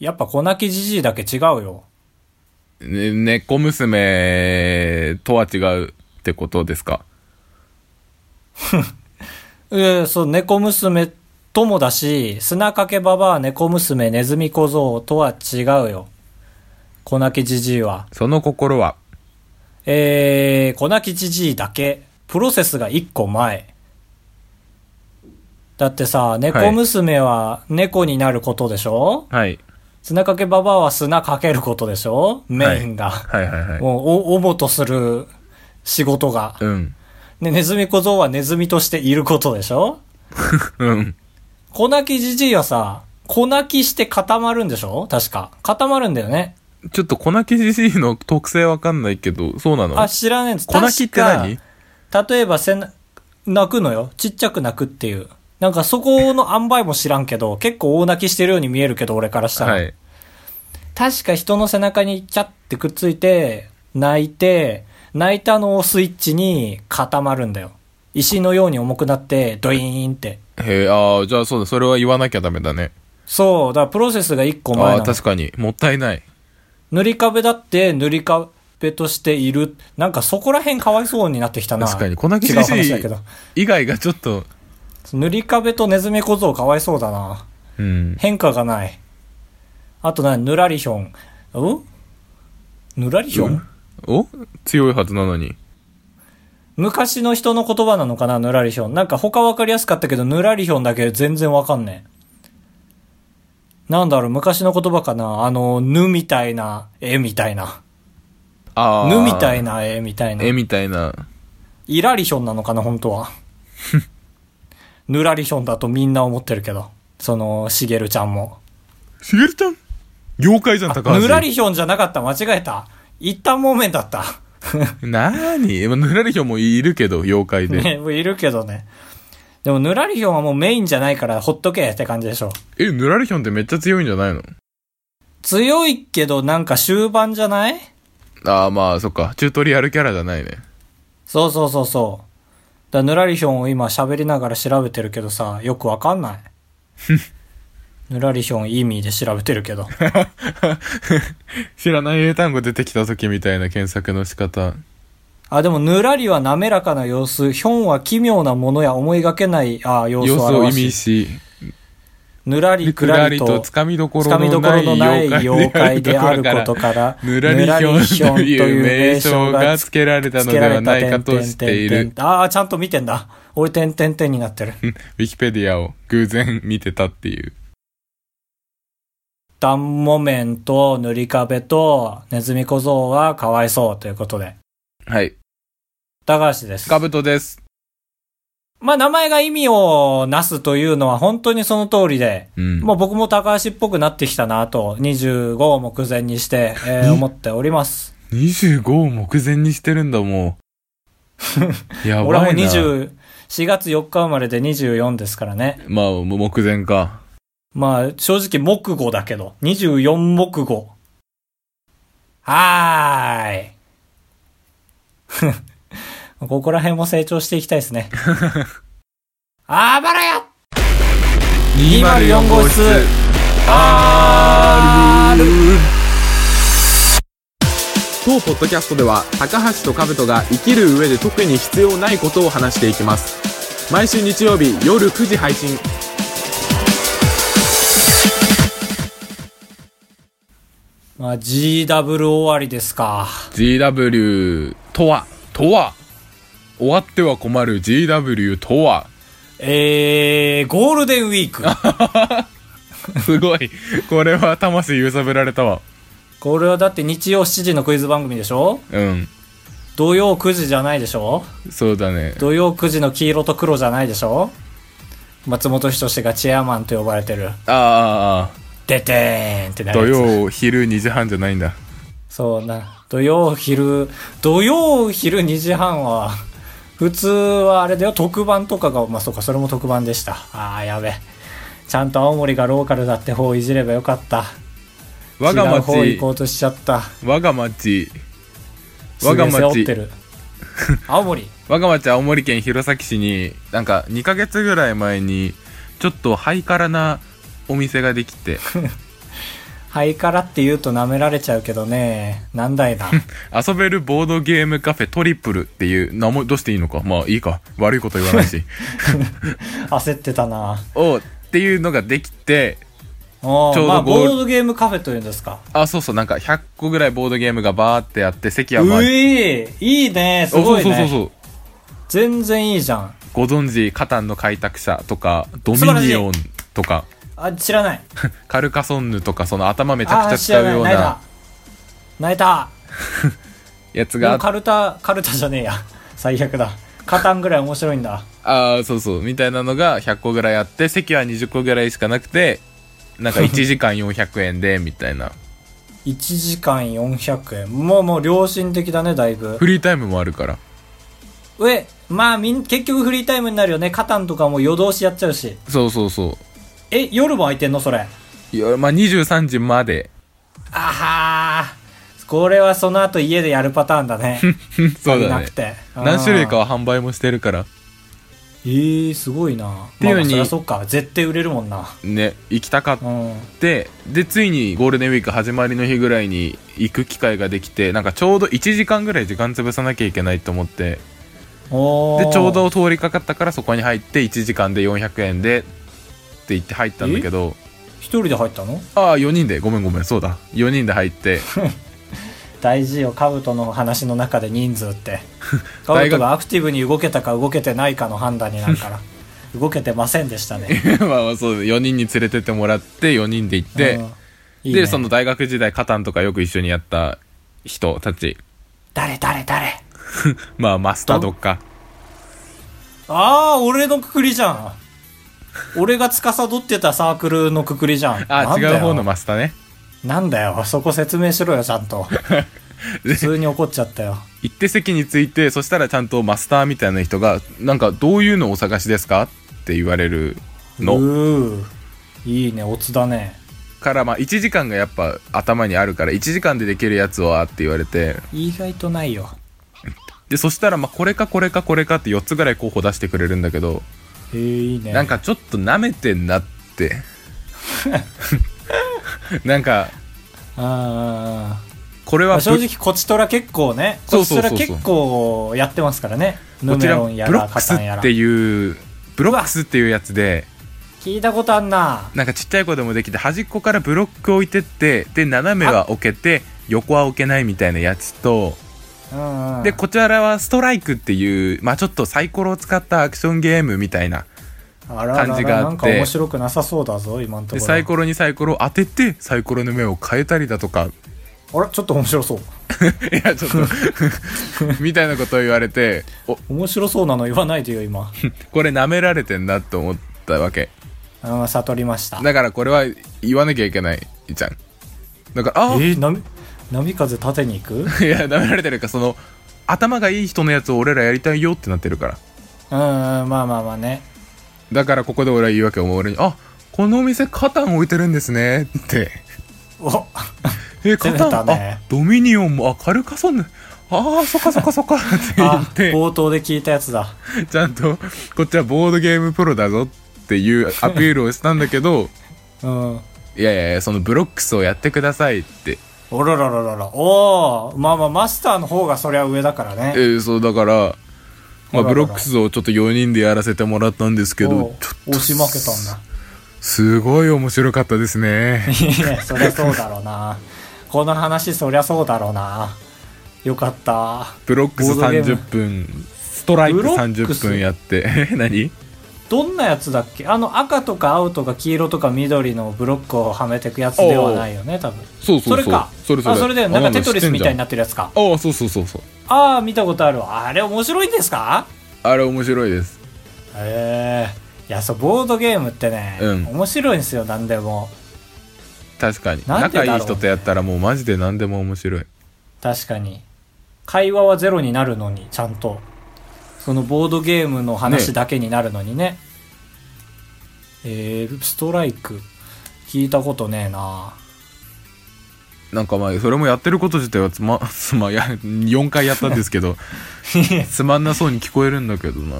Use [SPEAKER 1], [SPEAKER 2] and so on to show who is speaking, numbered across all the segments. [SPEAKER 1] やっぱ粉木じじいだけ違うよ。
[SPEAKER 2] ね、猫娘とは違うってことですか
[SPEAKER 1] ええそう、猫娘ともだし、砂かけばばあ、猫娘、ネズミ小僧とは違うよ。粉木じじいは。
[SPEAKER 2] その心は、
[SPEAKER 1] えー、粉木じじいだけ。プロセスが一個前。だってさ、猫娘は猫になることでしょ、
[SPEAKER 2] はい。
[SPEAKER 1] 砂かけばばあは砂かけることでしょメインが。
[SPEAKER 2] はいはいはい。
[SPEAKER 1] もう、お、おもとする仕事が。
[SPEAKER 2] うん。
[SPEAKER 1] ね、ネズミ小僧はネズミとしていることでしょ
[SPEAKER 2] うん。
[SPEAKER 1] 粉木じじいはさ、粉木して固まるんでしょ確か。固まるんだよね。
[SPEAKER 2] ちょっと粉木じじいの特性わかんないけど、そうなの
[SPEAKER 1] あ、知らねえんです。
[SPEAKER 2] 粉木って何
[SPEAKER 1] 確か例えばせな、泣くのよ。ちっちゃく泣くっていう。なんかそこの塩梅も知らんけど、結構大泣きしてるように見えるけど、俺からしたら。
[SPEAKER 2] はい。
[SPEAKER 1] 確か人の背中にキャッてくっついて、泣いて、泣いたのをスイッチに固まるんだよ。石のように重くなって、ドイーンって。
[SPEAKER 2] へえ、ああ、じゃあそうだ、それは言わなきゃダメだね。
[SPEAKER 1] そう、だからプロセスが一個前な
[SPEAKER 2] ああ
[SPEAKER 1] の
[SPEAKER 2] ー、確かに。もったいない。
[SPEAKER 1] 塗り壁だって塗り壁としている。なんかそこら辺かわいそうになってきたな。
[SPEAKER 2] 確かに。粉木
[SPEAKER 1] 違
[SPEAKER 2] じ
[SPEAKER 1] う
[SPEAKER 2] じ
[SPEAKER 1] 話だ
[SPEAKER 2] い
[SPEAKER 1] けど。
[SPEAKER 2] 以外がちょっと、
[SPEAKER 1] 塗り壁とネズミ小僧かわいそうだな。
[SPEAKER 2] うん。
[SPEAKER 1] 変化がない。あと何ぬらりひょん。うんぬらりひょん
[SPEAKER 2] お強いはずなのに。
[SPEAKER 1] 昔の人の言葉なのかなぬらりひょん。なんか他わかりやすかったけど、ぬらりひょんだけ全然わかんねえ。なんだろう、昔の言葉かなあの、ぬみたいな絵みたいな。
[SPEAKER 2] ああ。
[SPEAKER 1] ぬみたい
[SPEAKER 2] な。
[SPEAKER 1] な絵みたいな。
[SPEAKER 2] 絵みたいな。
[SPEAKER 1] イラリションなのかな、本当 は。ヌラリションだとみんな思ってるけど。その、しげるちゃんも。
[SPEAKER 2] しげるちゃん妖怪じゃん、高橋。
[SPEAKER 1] ヌラリションじゃなかった、間違えた。一旦もめんだった。
[SPEAKER 2] なーにまあぬらりひょんもいるけど、妖怪で。
[SPEAKER 1] ね、いるけどね。でも、ヌラリヒョンはもうメインじゃないから、ほっとけって感じでしょ。
[SPEAKER 2] え、ぬらりひょんってめっちゃ強いんじゃないの
[SPEAKER 1] 強いけど、なんか終盤じゃない
[SPEAKER 2] ああ、まあ、そっか。チュートリアルキャラじゃないね。
[SPEAKER 1] そうそうそうそう。だからヌラリヒョンを今喋りながら調べてるけどさ、よくわかん ない。ヌラリヒョン意味で調べてるけど。
[SPEAKER 2] 知らない英単語出てきた時みたいな検索の仕方。
[SPEAKER 1] あ、でも、ぬらりは滑らかな様子、ひょんは奇妙なものや思いがけない、あ、様子
[SPEAKER 2] 様
[SPEAKER 1] を
[SPEAKER 2] 子を意
[SPEAKER 1] 表
[SPEAKER 2] 味
[SPEAKER 1] し、
[SPEAKER 2] し、
[SPEAKER 1] ぬら
[SPEAKER 2] り
[SPEAKER 1] り
[SPEAKER 2] く
[SPEAKER 1] く
[SPEAKER 2] ら
[SPEAKER 1] ら
[SPEAKER 2] り
[SPEAKER 1] り
[SPEAKER 2] と
[SPEAKER 1] と、
[SPEAKER 2] つかみどこ
[SPEAKER 1] つ
[SPEAKER 2] ろ
[SPEAKER 1] かみ
[SPEAKER 2] の
[SPEAKER 1] どこ
[SPEAKER 2] な
[SPEAKER 1] ろのない
[SPEAKER 2] い妖
[SPEAKER 1] 妖
[SPEAKER 2] 怪
[SPEAKER 1] 怪
[SPEAKER 2] で
[SPEAKER 1] で
[SPEAKER 2] あ
[SPEAKER 1] ある
[SPEAKER 2] るこ
[SPEAKER 1] ことと
[SPEAKER 2] か
[SPEAKER 1] からら、、
[SPEAKER 2] ぬらりひょんという名称が付けられたのではないかとしている。
[SPEAKER 1] ああ、ちゃんと見てんだ。俺、点々点になってる。
[SPEAKER 2] ウィキペディアを偶然見てたっていう。
[SPEAKER 1] ダンモメンと塗り壁とネズミ小僧はかわいそうということで。
[SPEAKER 2] はい。
[SPEAKER 1] 高橋です。
[SPEAKER 2] かぶとです。
[SPEAKER 1] まあ、名前が意味をなすというのは本当にその通りで、
[SPEAKER 2] うん。
[SPEAKER 1] もう僕も高橋っぽくなってきたなと、25を目前にして、えー
[SPEAKER 2] え
[SPEAKER 1] 思っております。
[SPEAKER 2] 25を目前にしてるんだ、も う。やばい
[SPEAKER 1] 俺
[SPEAKER 2] な。
[SPEAKER 1] はもう20、4月4日生まれで24ですからね。
[SPEAKER 2] まあ、もう目前か。
[SPEAKER 1] まあ、正直、木語だけど、24木語。はーい。 ここら辺も成長していきたいですね。あばらや204号室
[SPEAKER 2] R 当ポッドキャストでは高橋と兜が生きる上で特に必要ないことを話していきます毎週日曜日夜9時配信
[SPEAKER 1] まあ、GW 終わりですか。
[SPEAKER 2] GW とはとは終わっては困る GW とは
[SPEAKER 1] えー、ゴールデンウィーク。
[SPEAKER 2] すごいこれは魂揺さぶられたわ
[SPEAKER 1] これはだって日曜7時のクイズ番組でしょ
[SPEAKER 2] うん
[SPEAKER 1] 土曜9時じゃないでしょ
[SPEAKER 2] そうだね
[SPEAKER 1] 土曜9時の黄色と黒じゃないでしょ松本人志がチェアマンと呼ばれてる。
[SPEAKER 2] あ
[SPEAKER 1] でてーんって
[SPEAKER 2] あ
[SPEAKER 1] な
[SPEAKER 2] 土
[SPEAKER 1] るやつ。
[SPEAKER 2] 曜昼2時半じゃないんだ
[SPEAKER 1] そうな。土曜昼、土曜昼2時半は、普通はあれだよ、特番とかが、まあそうか、それも特番でした。ああ、やべ。ちゃんと青森がローカルだって方をいじればよかった。
[SPEAKER 2] 我が
[SPEAKER 1] 違う方行
[SPEAKER 2] 町
[SPEAKER 1] こうとしちゃった。
[SPEAKER 2] 我が町
[SPEAKER 1] す
[SPEAKER 2] 我
[SPEAKER 1] げ
[SPEAKER 2] が
[SPEAKER 1] え
[SPEAKER 2] 町
[SPEAKER 1] 背負って る。青森。
[SPEAKER 2] 我が町青森県弘前市になんか2ヶ 月ぐらい前にちょっとハイカラなお店ができて
[SPEAKER 1] ハイカラって言うと舐められちゃうけどね、なんだいな。
[SPEAKER 2] 遊べるボードゲームカフェトリプルっていう名もどうしていいのかまあいいか悪いこと言わな いし
[SPEAKER 1] 焦ってたな。
[SPEAKER 2] をっていうのができて
[SPEAKER 1] お
[SPEAKER 2] ち
[SPEAKER 1] ー
[SPEAKER 2] ょうど
[SPEAKER 1] まあ、
[SPEAKER 2] ゴー
[SPEAKER 1] ボ
[SPEAKER 2] ル
[SPEAKER 1] ードゲームカフェというんですか。
[SPEAKER 2] あそうそうなんか100個ぐらいボードゲームがバーってあって席は
[SPEAKER 1] う
[SPEAKER 2] まあ
[SPEAKER 1] いいいね、すごいね。
[SPEAKER 2] そうそうそうそう
[SPEAKER 1] 全然いいじゃん。
[SPEAKER 2] ご存知カタンの開拓者とかドミニオンとか
[SPEAKER 1] あ、知らない。
[SPEAKER 2] カルカソンヌとかその頭めち
[SPEAKER 1] あ
[SPEAKER 2] ゃくち
[SPEAKER 1] ー
[SPEAKER 2] ゃ
[SPEAKER 1] 知ら
[SPEAKER 2] 使う
[SPEAKER 1] ない。泣
[SPEAKER 2] よう
[SPEAKER 1] いた
[SPEAKER 2] な。
[SPEAKER 1] 泣いた。
[SPEAKER 2] やつ
[SPEAKER 1] も
[SPEAKER 2] が
[SPEAKER 1] うカルタ、カルタじゃねえや。最悪だ。カタンぐらい面白いんだ。
[SPEAKER 2] ああそうそうみたいなのが100個ぐらいあって席は20個ぐらいしかなくてなんか1時間400円でみた いな
[SPEAKER 1] 1時間400円。もうもう良心的だね、だいぶ。
[SPEAKER 2] フリータイムもあるから
[SPEAKER 1] え、まあみん、結局フリータイムになるよね。カタンとかも夜通しやっちゃうし。
[SPEAKER 2] そうそうそ
[SPEAKER 1] え、夜も空いてんのそれ。
[SPEAKER 2] ういや、まあ、23時まで
[SPEAKER 1] あはー。これはその後家でやるパターンだね。
[SPEAKER 2] そうだ
[SPEAKER 1] な
[SPEAKER 2] ね
[SPEAKER 1] くて。
[SPEAKER 2] 何種類か
[SPEAKER 1] あー
[SPEAKER 2] は販売もしてるから
[SPEAKER 1] えー、すごいな。
[SPEAKER 2] て
[SPEAKER 1] まあま
[SPEAKER 2] いうよう
[SPEAKER 1] あ、
[SPEAKER 2] に
[SPEAKER 1] そりゃそっか。絶対売れるもんな。
[SPEAKER 2] ね行きたかっ
[SPEAKER 1] うん。
[SPEAKER 2] てでついにゴールデンウィーク始まりの日ぐらいに行く機会ができてなんかちょうど1時間ぐらい時間潰さなきゃいけないと思って
[SPEAKER 1] おー
[SPEAKER 2] でちょうど通りかかったからそこに入って1時間で400円でって言って入ったんだけど
[SPEAKER 1] 一人で入ったの
[SPEAKER 2] ああ4人でごめんごめんそうだ4人で入って
[SPEAKER 1] 大事よカブトの話の中で人数って カ
[SPEAKER 2] 大
[SPEAKER 1] ブ
[SPEAKER 2] 学
[SPEAKER 1] トがアクティブに動けたか動けてないかの判断になる から動けてませんでしたね
[SPEAKER 2] まあまあそう4人に連れてってもらって4人で行って、
[SPEAKER 1] うんいいね
[SPEAKER 2] でその大学時代カタンとかよく一緒にやった人たち
[SPEAKER 1] 誰誰誰
[SPEAKER 2] まあマスターとか
[SPEAKER 1] ああ俺のくくりじゃん俺が司ってたサークルのくくりじゃん
[SPEAKER 2] あ
[SPEAKER 1] なんだよ
[SPEAKER 2] 違う方のマスターね
[SPEAKER 1] なんだよそこ説明しろよちゃん と普通に怒っちゃったよ
[SPEAKER 2] 行って席に着いてそしたらちゃんとマスターみたいな人が「なんかどういうのをお探しですか?」って言われるの
[SPEAKER 1] うーいいねオツだね
[SPEAKER 2] からまあ1時間がやっぱ頭にあるから1時間でできるやつはって言われて
[SPEAKER 1] 意外とないよ
[SPEAKER 2] でそしたらまあこれかこれかこれかって4つぐらい候補出してくれるんだけど
[SPEAKER 1] えー、いいね
[SPEAKER 2] なんかちょっと舐めてんなって なんか
[SPEAKER 1] ああ
[SPEAKER 2] これ
[SPEAKER 1] ま
[SPEAKER 2] は
[SPEAKER 1] あ、正直こちとら結構ね
[SPEAKER 2] そ
[SPEAKER 1] こ
[SPEAKER 2] う
[SPEAKER 1] ち
[SPEAKER 2] そう
[SPEAKER 1] と
[SPEAKER 2] そ
[SPEAKER 1] ら
[SPEAKER 2] うそう
[SPEAKER 1] 結構やってますからねヌ
[SPEAKER 2] こち
[SPEAKER 1] メ
[SPEAKER 2] ら
[SPEAKER 1] ロンや
[SPEAKER 2] ブロ
[SPEAKER 1] ら
[SPEAKER 2] ック
[SPEAKER 1] カ
[SPEAKER 2] ス
[SPEAKER 1] タンや
[SPEAKER 2] っ
[SPEAKER 1] ら
[SPEAKER 2] ていうブロックスっていうやつで
[SPEAKER 1] 聞いたことあんな
[SPEAKER 2] なんかちっちゃい子でもできて端っこからブロック置いてってで斜めは置けて横は置けないみたいなやつと
[SPEAKER 1] うん、うん、
[SPEAKER 2] でこちらはストライクっていうまあちょっとサイコロを使ったアクションゲームみたいな
[SPEAKER 1] あららら
[SPEAKER 2] 感じがあって
[SPEAKER 1] なんか面白くなさそうだぞ今のと
[SPEAKER 2] で
[SPEAKER 1] ころ
[SPEAKER 2] サイコロにサイコロを当ててサイコロの目を変えたりだとか
[SPEAKER 1] あらちょっと面白そう
[SPEAKER 2] いやちょっと みたいなことを言われてお
[SPEAKER 1] 面白そうなの言わないでよ 今
[SPEAKER 2] これ舐められてんなと思ったわけ
[SPEAKER 1] うん悟りました
[SPEAKER 2] だからこれは言わなきゃいけないじゃんだから
[SPEAKER 1] え
[SPEAKER 2] あ
[SPEAKER 1] ー、な波風立てに 行く
[SPEAKER 2] いや、舐められてるか、その、頭がいい人のやつを俺らやりたいよってなってるか
[SPEAKER 1] う
[SPEAKER 2] ら。
[SPEAKER 1] ん、うん、まあまあまあね
[SPEAKER 2] だからここで俺は言うわけよ、もう俺に、あ、このお店カタン置いてるんですね、って。
[SPEAKER 1] お
[SPEAKER 2] え、カタ
[SPEAKER 1] 攻めた
[SPEAKER 2] ン、
[SPEAKER 1] ね
[SPEAKER 2] あ、ドミニオンも、あ、カルカソンヌ、ああ、そっかそっかそ っか、
[SPEAKER 1] あ
[SPEAKER 2] って言っ
[SPEAKER 1] 冒頭で聞いたやつだ
[SPEAKER 2] て、ちゃんと、こっちはボードゲームプロだぞっていうアピールをしたんだけど、
[SPEAKER 1] うん
[SPEAKER 2] いやいやいや、そのブロックスをやってくださいって。
[SPEAKER 1] おらららららおおまあまあマスターの方がそりゃ上だからね
[SPEAKER 2] えーそう、だから、まあ、
[SPEAKER 1] ほらほら
[SPEAKER 2] ブロックスをちょっと4人でやらせてもらったんですけ
[SPEAKER 1] お
[SPEAKER 2] ど
[SPEAKER 1] う、
[SPEAKER 2] ちょっと
[SPEAKER 1] 押し負けたんだ
[SPEAKER 2] すごい面白かったです ね。
[SPEAKER 1] いやそりゃそうだろうなこの話そりゃそうだろうなよかった
[SPEAKER 2] ブロックス
[SPEAKER 1] ボードゲーム
[SPEAKER 2] 30分、ストライク
[SPEAKER 1] ブロック
[SPEAKER 2] 30
[SPEAKER 1] ス
[SPEAKER 2] 分やって。え 何
[SPEAKER 1] どんなやつだっけあの赤とか青とか黄色とか緑のブロックをはめてくやつではないよね多分
[SPEAKER 2] そうそ
[SPEAKER 1] そ
[SPEAKER 2] うそう。
[SPEAKER 1] れか
[SPEAKER 2] それそれ。
[SPEAKER 1] あそれだよ
[SPEAKER 2] あ
[SPEAKER 1] なんかテトリスみたいにな
[SPEAKER 2] っ
[SPEAKER 1] ってるやつか
[SPEAKER 2] てんじゃん。ああ、そうそうそうそう。
[SPEAKER 1] ああ見たことあるわあれ面白いんですか
[SPEAKER 2] あれ面白いです。
[SPEAKER 1] へえいやそうボードゲームってね、
[SPEAKER 2] うん
[SPEAKER 1] 面白いんですよ何でも
[SPEAKER 2] 確かに。
[SPEAKER 1] なんでだろ
[SPEAKER 2] 仲
[SPEAKER 1] うね
[SPEAKER 2] いい人とやったらもうマジで何でも面白い。
[SPEAKER 1] 確かに会話はゼロになるのにちゃんとそのボードゲームの話だけになるのにねえー、ストライク聞いたことねえな
[SPEAKER 2] なんかまあ、それもやってること自体はつま、 つま、や、4回やったんですけど、つまんなそうに聞こえるんだけどな。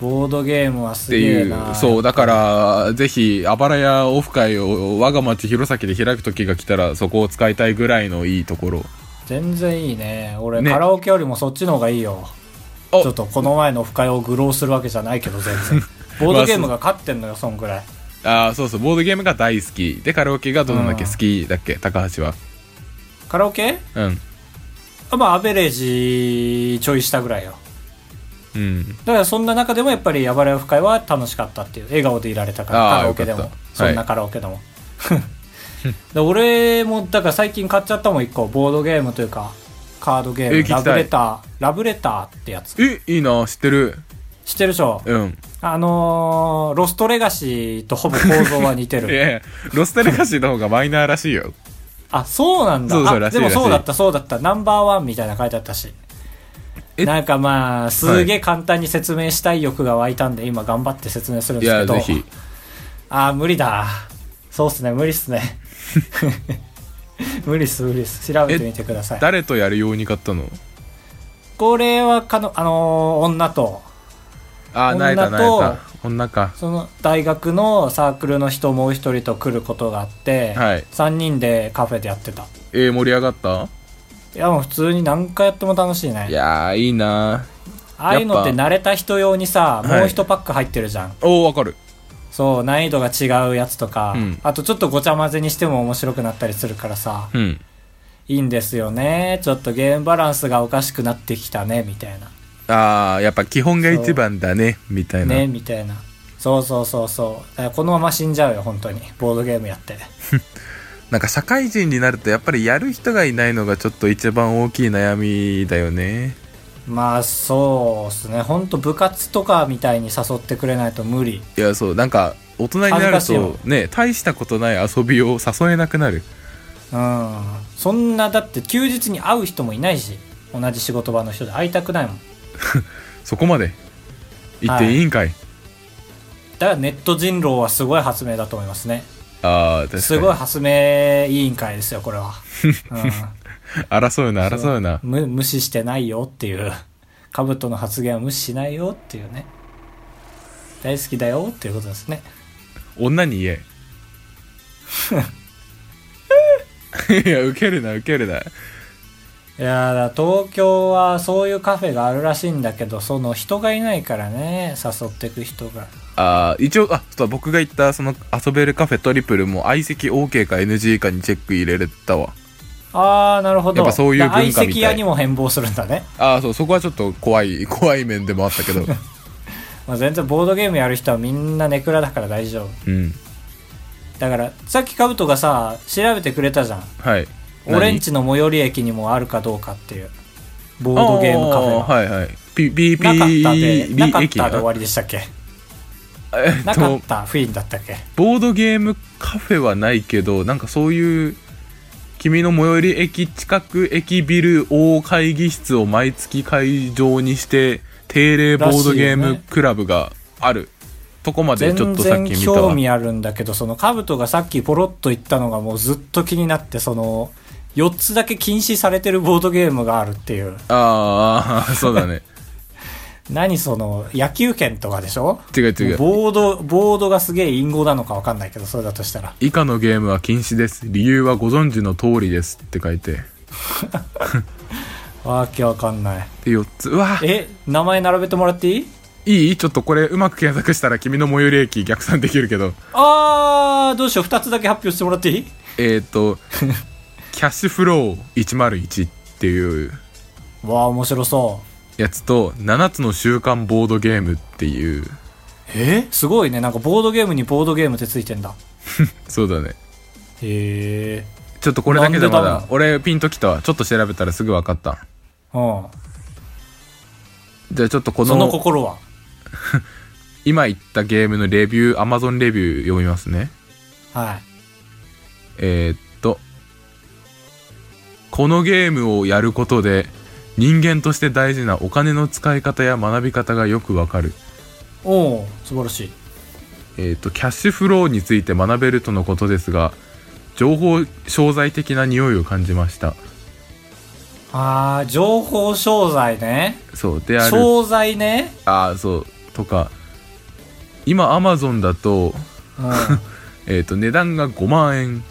[SPEAKER 1] ボードゲームはす
[SPEAKER 2] って
[SPEAKER 1] げえ
[SPEAKER 2] い
[SPEAKER 1] な
[SPEAKER 2] う、そう、だから、ぜひ、あばらやオフ会を我が町弘前で開く時が来たら、そこを使いたいぐらいのいいところ。
[SPEAKER 1] 全然いいね俺
[SPEAKER 2] ね
[SPEAKER 1] カラオケよりもそっちの方がいいよ
[SPEAKER 2] お
[SPEAKER 1] ちょっとこの前のオフ会を愚弄するわけじゃないけど全 然ボードゲームが勝ってんのよそんぐらい
[SPEAKER 2] ああ、そうそう、ボードゲームが大好き。で、カラオケがどんだけ好きだっけ、高橋は。
[SPEAKER 1] カラオケ
[SPEAKER 2] うん。
[SPEAKER 1] あまあアベレージちょい下ぐらいよ
[SPEAKER 2] うん。
[SPEAKER 1] だからそんな中でもやっぱり「ヤバレオフ会」は楽しかったっていう笑顔でいられたから
[SPEAKER 2] あー
[SPEAKER 1] カラオケで
[SPEAKER 2] よ
[SPEAKER 1] も
[SPEAKER 2] かった
[SPEAKER 1] そんなカラオケでも、 で俺もだから最近買っちゃったもん一個ボードゲームというかカードゲ
[SPEAKER 2] え
[SPEAKER 1] ー
[SPEAKER 2] 聞き
[SPEAKER 1] ム
[SPEAKER 2] た
[SPEAKER 1] ラ
[SPEAKER 2] い
[SPEAKER 1] ブレターラブレターってやつ
[SPEAKER 2] え、いいな、知ってる。
[SPEAKER 1] 知ってるでしょ
[SPEAKER 2] うん。
[SPEAKER 1] あのーロストレガシーとほぼ構造は似て
[SPEAKER 2] い
[SPEAKER 1] る
[SPEAKER 2] やいやロステレガシーの方がマイナーらしいよ。
[SPEAKER 1] あそうなんだ
[SPEAKER 2] そうそう
[SPEAKER 1] あ
[SPEAKER 2] らしい
[SPEAKER 1] でも
[SPEAKER 2] らしい
[SPEAKER 1] そうだったそうだったナンバーワンみたいな書いてあったし
[SPEAKER 2] え
[SPEAKER 1] なんかまあすげえ簡単に説明したい欲が湧いたんで今頑張って説明するん
[SPEAKER 2] い
[SPEAKER 1] ですけ
[SPEAKER 2] や、
[SPEAKER 1] ど
[SPEAKER 2] ぜひ。
[SPEAKER 1] ああ、無理だ。そうっすね、無理っすね。 無理っす、無理っす。調べてみてください。
[SPEAKER 2] 誰とやるように買ったの
[SPEAKER 1] これはかの、あのー女と、
[SPEAKER 2] ああ、
[SPEAKER 1] 女
[SPEAKER 2] なえた、なえ
[SPEAKER 1] と
[SPEAKER 2] た。女か。
[SPEAKER 1] その大学のサークルの人もう一人と来ることがあって、
[SPEAKER 2] はい
[SPEAKER 1] 3人でカフェでやってた。
[SPEAKER 2] えー、盛り上がった
[SPEAKER 1] いや、もう普通に何回やっても楽しいね。
[SPEAKER 2] いやー、いいな
[SPEAKER 1] ああいうのって
[SPEAKER 2] やっぱ
[SPEAKER 1] 慣れた人用にさ、
[SPEAKER 2] はい
[SPEAKER 1] もう一パック入ってるじゃん。
[SPEAKER 2] おおわかる。
[SPEAKER 1] そう、難易度が違うやつとか、
[SPEAKER 2] うん
[SPEAKER 1] あとちょっとごちゃ混ぜにしても面白くなったりするからさ。
[SPEAKER 2] うん。
[SPEAKER 1] いいんですよねちょっとゲームバランスがおかしくなってきたねみたいな
[SPEAKER 2] ああ、やっぱ基本が一番だね、みたいな。
[SPEAKER 1] ねみたいなそうそうそうそうだからこのまま死んじゃうよ本当にボードゲームやって
[SPEAKER 2] なんか社会人になるとやっぱりやる人がいないのがちょっと一番大きい悩みだよね。
[SPEAKER 1] まあそうっすね本当部活とかみたいに誘ってくれないと無理
[SPEAKER 2] いや、そう、なんか大人になる
[SPEAKER 1] 恥ずかしい
[SPEAKER 2] と
[SPEAKER 1] よ
[SPEAKER 2] ね、大したことない遊びを誘えなくなる。
[SPEAKER 1] うんそんなだって休日に会う人もいないし同じ仕事場の人で会いたくないもん
[SPEAKER 2] そこまで言っていいんかい、
[SPEAKER 1] だからネット人狼はすごい発明だと思いますね
[SPEAKER 2] ああ、確かに。
[SPEAKER 1] すごい発明委員会ですよこれは、 うん
[SPEAKER 2] 争うな、争うな。
[SPEAKER 1] む無視してないよっていう カブトの発言は無視しないよっていうね大好きだよっていうことですね
[SPEAKER 2] 女に言え。 いや、ウケるな、ウケるな。
[SPEAKER 1] いやーだから東京はそういうカフェがあるらしいんだけどその人がいないからね誘ってく人が
[SPEAKER 2] ああ、一応、あ、そうだ僕が行ったその遊べるカフェトリプルも相席 OK か NG かにチェック入れれたわ。
[SPEAKER 1] ああなるほど
[SPEAKER 2] やっぱそういう文化みたい
[SPEAKER 1] だから相席屋にも変貌するんだね、
[SPEAKER 2] ああ、そう、そこはちょっと怖い、 怖い面でもあったけど。
[SPEAKER 1] まあ、全然ボードゲームやる人はみんなネクラだから大丈夫
[SPEAKER 2] うん。
[SPEAKER 1] だからさっきカブトがさ調べてくれたじゃん
[SPEAKER 2] はい。
[SPEAKER 1] 俺ん
[SPEAKER 2] ジ
[SPEAKER 1] ちの最寄り駅にもあるかどうかっていうボードゲームカフェが
[SPEAKER 2] はいはい。ピ、ピ、ピ、
[SPEAKER 1] なかったで、なかっ
[SPEAKER 2] 駅
[SPEAKER 1] たで終わりでしたっけ
[SPEAKER 2] えっ
[SPEAKER 1] なか
[SPEAKER 2] と
[SPEAKER 1] っ、たフィンだったっけ
[SPEAKER 2] ボードゲームカフェはないけど、なんかそういう、君の最寄り駅近く駅ビル大会議室を毎月会場にして、定例ボードゲームクラブがある。とこまで
[SPEAKER 1] 全
[SPEAKER 2] ちょっとさっ
[SPEAKER 1] 然
[SPEAKER 2] き見たわ。
[SPEAKER 1] 興味あるんだけど、そのカブトがさっきポロッと言ったのがもうずっと気になって、その、4つだけ禁止されてるボードゲームがあるっていう。
[SPEAKER 2] ああ、そうだね。
[SPEAKER 1] 何その、野球拳とかでしょ
[SPEAKER 2] 違う違う。
[SPEAKER 1] ボード、ボードがすげえ隠語なのかわかんないけど、それだとしたら。
[SPEAKER 2] 以下のゲームは禁止です。理由はご存知の通りですって書いて。
[SPEAKER 1] わけわかんない。
[SPEAKER 2] で、4つ。うわ
[SPEAKER 1] え、名前並べてもらっていい
[SPEAKER 2] いいちょっとこれうまく検索したら君の最寄り駅逆算できるけど。
[SPEAKER 1] あー、どうしよう、2つだけ発表してもらっていい
[SPEAKER 2] えっ、ー、 と、キャッシュフロー101っていう
[SPEAKER 1] わー、面白そう。
[SPEAKER 2] やつと、7つの習慣ボードゲームっていう。
[SPEAKER 1] えすごいね。なんかボードゲームにボードゲームってついてんだ。
[SPEAKER 2] そうだね。
[SPEAKER 1] へえ。
[SPEAKER 2] ちょっとこれだけでま
[SPEAKER 1] なんでだ
[SPEAKER 2] だ
[SPEAKER 1] ろ、
[SPEAKER 2] 俺ピンときたわ。ちょっと調べたらすぐ分かった。
[SPEAKER 1] うん。
[SPEAKER 2] じゃあちょっとこ
[SPEAKER 1] その
[SPEAKER 2] の、
[SPEAKER 1] 心は
[SPEAKER 2] 今言ったゲームのレビュー、Amazon レビュー読みますね。
[SPEAKER 1] はい。
[SPEAKER 2] えーっと、このゲームをやることで、人間として大事なお金の使い方や学び方がよくわかる。
[SPEAKER 1] おお、素晴らしい。
[SPEAKER 2] えーっと、キャッシュフローについて学べるとのことですが、情報商材的な匂いを感じました。
[SPEAKER 1] あー、情報商材ね。
[SPEAKER 2] そう、である、
[SPEAKER 1] 商材ね。
[SPEAKER 2] ああ、そう、とか今アマゾンだと,、
[SPEAKER 1] うん、
[SPEAKER 2] えー、と値段が5万円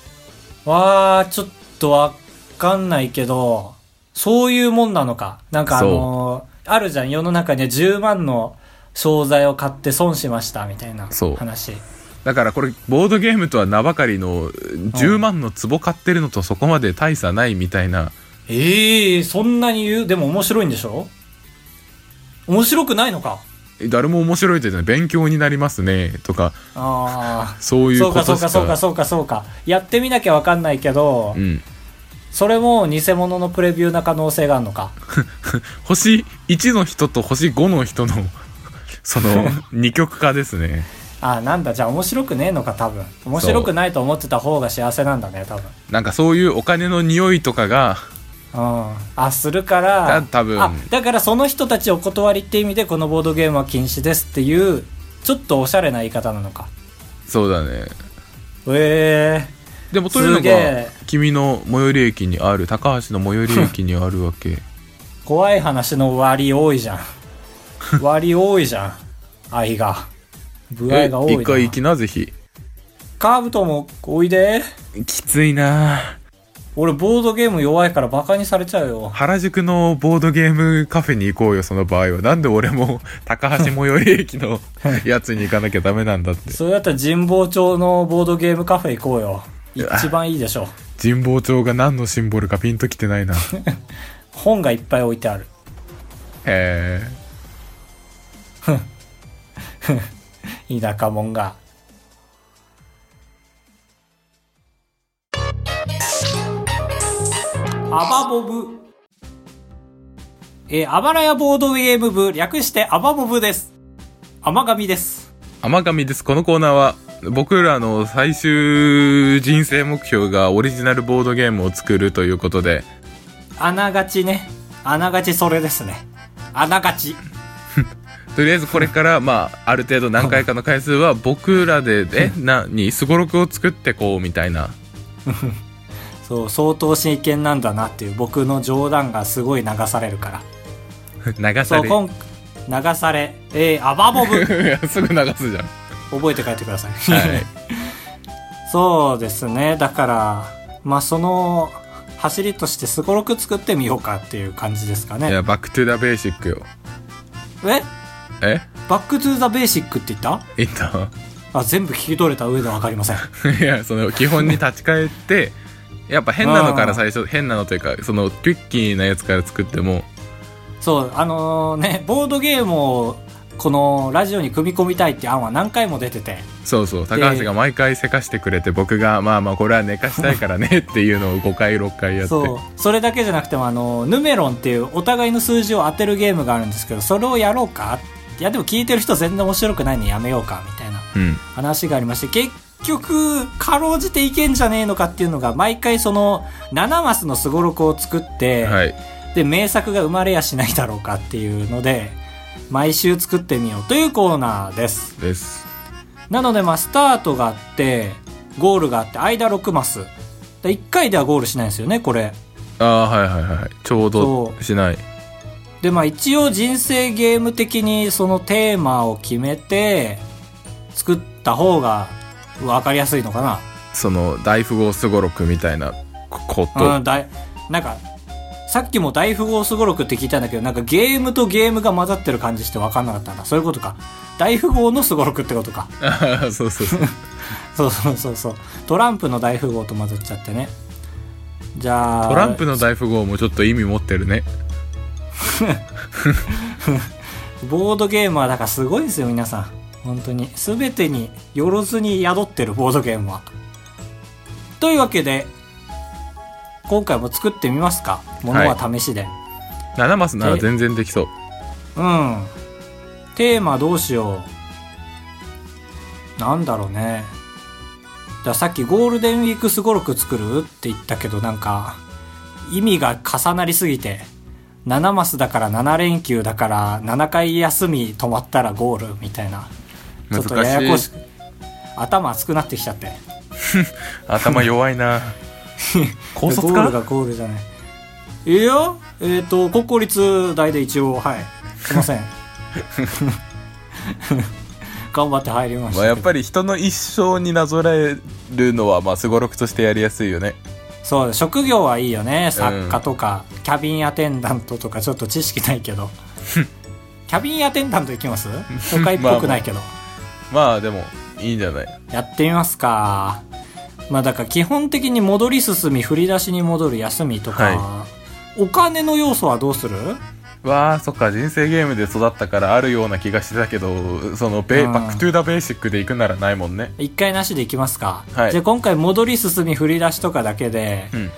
[SPEAKER 1] わー、ちょっとわかんないけど、そういうもんなのか。なんかあのーあるじゃん、世の中には10万の商材を買って損しました、みたいな
[SPEAKER 2] そう
[SPEAKER 1] 話。
[SPEAKER 2] だからこれボードゲームとは名ばかりの10万の壺買ってるのとそこまで大差ないみたいな
[SPEAKER 1] ええー、そんなに言うでも面白いんでしょ面白くないのか。
[SPEAKER 2] 誰も面白いというのは勉強になりますねとか
[SPEAKER 1] ああ。
[SPEAKER 2] そういう
[SPEAKER 1] そう
[SPEAKER 2] こ
[SPEAKER 1] かそ
[SPEAKER 2] と
[SPEAKER 1] う
[SPEAKER 2] しか
[SPEAKER 1] かそうかそうかそうか。やってみなきゃわかんないけど、
[SPEAKER 2] うん、
[SPEAKER 1] それも偽物のプレビューな可能性があるのか。
[SPEAKER 2] 星1の人と星5の人のその 二極化ですね
[SPEAKER 1] ああ、なんだ、じゃあ面白くねえのか、多分。面白くないと思ってた方が幸せなんだね、多分。
[SPEAKER 2] なんかそういうお金の匂いとかが
[SPEAKER 1] うん、あするから
[SPEAKER 2] だ多分
[SPEAKER 1] あだからその人たちお断りって意味でこのボードゲームは禁止ですっていうちょっとおしゃれな言い方なのか
[SPEAKER 2] そうだね
[SPEAKER 1] へえ
[SPEAKER 2] でもというの
[SPEAKER 1] すげ
[SPEAKER 2] が
[SPEAKER 1] え
[SPEAKER 2] 君の最寄り駅にある高橋の最寄り駅にあるわけ
[SPEAKER 1] 怖い話の割多いじゃん割多いじゃん愛が 具合
[SPEAKER 2] え
[SPEAKER 1] が多い
[SPEAKER 2] 一回行
[SPEAKER 1] な
[SPEAKER 2] きなぜひ
[SPEAKER 1] カーブともおいで
[SPEAKER 2] きついな
[SPEAKER 1] 俺ボードゲーム弱いからバカにされちゃうよ
[SPEAKER 2] 原宿のボードゲームカフェに行こうよその場合はなんで俺も 高橋最寄り 駅のやつに行かなきゃダメなんだって
[SPEAKER 1] そうやったら神保町のボードゲームカフェ行こうよ一番いいでしょ
[SPEAKER 2] 神保町が何のシンボルかピンときてないなへ
[SPEAKER 1] 本がいっぱい置いてある
[SPEAKER 2] え
[SPEAKER 1] 田舎もんがアバボブえー、アバラヤボードゲーム部略してアバボブです甘神です
[SPEAKER 2] 甘神ですこのコーナーは僕らの最終人生目標がオリジナルボードゲームを作るということで
[SPEAKER 1] あながちねあながちそれですねあながち
[SPEAKER 2] とりあえずこれから、まあ、ある程度何回かの回数は僕らで、え、な、に、すごろくを作ってこう、みたいな。
[SPEAKER 1] そう相当真剣なんだなっていう僕の冗談がすごい流されるから
[SPEAKER 2] 流さ
[SPEAKER 1] そう
[SPEAKER 2] れ。
[SPEAKER 1] 今流されえー、アバボブ
[SPEAKER 2] いや すぐ流すじゃん。
[SPEAKER 1] 覚えて帰ってください、
[SPEAKER 2] はい。
[SPEAKER 1] そうですね。だから、まあ、その、走りとしてすごろく作ってみようかっていう感じですか
[SPEAKER 2] い
[SPEAKER 1] ね。
[SPEAKER 2] や、バックトゥーダベーシックよ。
[SPEAKER 1] え
[SPEAKER 2] え
[SPEAKER 1] バックトゥーザベーシックって言った
[SPEAKER 2] いった
[SPEAKER 1] あ、全部聞き取れた上でわかりません。
[SPEAKER 2] いや、その、基本に立ち返って、やっぱ変なのから最初、変なのというか、その、クッキーなやつから作っても、
[SPEAKER 1] そう、あのね、ボードゲームを、このラジオに組み込みたいって案は何回も出てて、
[SPEAKER 2] そうそう、高橋が毎回せかしてくれて、僕が、まあまあ、これは寝かしたいからね、っていうのを5回、6回やって。
[SPEAKER 1] そう、それだけじゃなくても、あの、ヌメロンっていうお互いの数字を当てるゲームがあるんですけど、それをやろうかいや、でも聞いてる人全然面白くないんでやめようか、みたいな。
[SPEAKER 2] うん。
[SPEAKER 1] 話がありまして、結局、かろうじていけんじゃねえのかっていうのが、毎回その、7マスのすごろくを作って、
[SPEAKER 2] はい。
[SPEAKER 1] で、名作が生まれやしないだろうかっていうので、毎週作ってみようというコーナーです。
[SPEAKER 2] です。
[SPEAKER 1] なので、まあ、スタートがあって、ゴールがあって、間6マス。で1回ではゴールしないんですよね、これ。
[SPEAKER 2] ああ、はいはいはい。ちょうど
[SPEAKER 1] そ、
[SPEAKER 2] しない。
[SPEAKER 1] でまあ一応人生ゲーム的にそのテーマを決めて作った方が分かりやすいのかな
[SPEAKER 2] その大富豪すごろくみたいなこ
[SPEAKER 1] うん、
[SPEAKER 2] と
[SPEAKER 1] だいなんかさっきも大富豪すごろくって聞いたんだけどなんかゲームとゲームが混ざってる感じして分かんなかったなそういうことか大富豪のすごろくってことか
[SPEAKER 2] そうそうそう
[SPEAKER 1] そうそうそうそうトランプの大富豪と混ざっちゃってねじゃ あ
[SPEAKER 2] トランプの大富豪もちょっと意味持ってるね
[SPEAKER 1] ボードゲームはだからすごいですよ皆さん本当に全てによろずに宿ってるボードゲームはというわけで今回も作ってみますかものは試しで、
[SPEAKER 2] 7マスなら
[SPEAKER 1] で
[SPEAKER 2] 全然できそう
[SPEAKER 1] うん。テーマどうしよう。なんだろうね。ださっきゴールデンウィークすごろく作るって言ったけどなんか、意味が重なりすぎて、7マスだから7連休だから7回休み止まったらゴールみたいな。ちょっとややこ
[SPEAKER 2] 難し
[SPEAKER 1] し
[SPEAKER 2] い
[SPEAKER 1] く、頭熱くなってきちゃって。
[SPEAKER 2] 頭弱 いな高卒
[SPEAKER 1] ゴール
[SPEAKER 2] か
[SPEAKER 1] がゴールじゃない。いや、えっ、と、国公立大で一応、はい。すいません。 頑張って入りましたけど
[SPEAKER 2] まあ、やっぱり人の一生になぞらえるのはまあすごろくとしてやりやすいよね
[SPEAKER 1] そう職業はいいよね作家とか、キャビンアテンダントとかちょっと知識ないけ どキャビンアテンダントいきます都会っぽくないけど、
[SPEAKER 2] まあでもいいんじゃない
[SPEAKER 1] やってみますかまあだから基本的に戻り進み振り出しに戻る休みとか、
[SPEAKER 2] は
[SPEAKER 1] お金の要素はどうする
[SPEAKER 2] わあそっか人生ゲームで育ったからあるような気がしてたけどそのベ、
[SPEAKER 1] うん
[SPEAKER 2] バックトゥーダベーシックで行くならないもんね
[SPEAKER 1] 一回なしでいきますか、
[SPEAKER 2] はい
[SPEAKER 1] じゃあ今回戻り進み振り出しとかだけで、
[SPEAKER 2] うん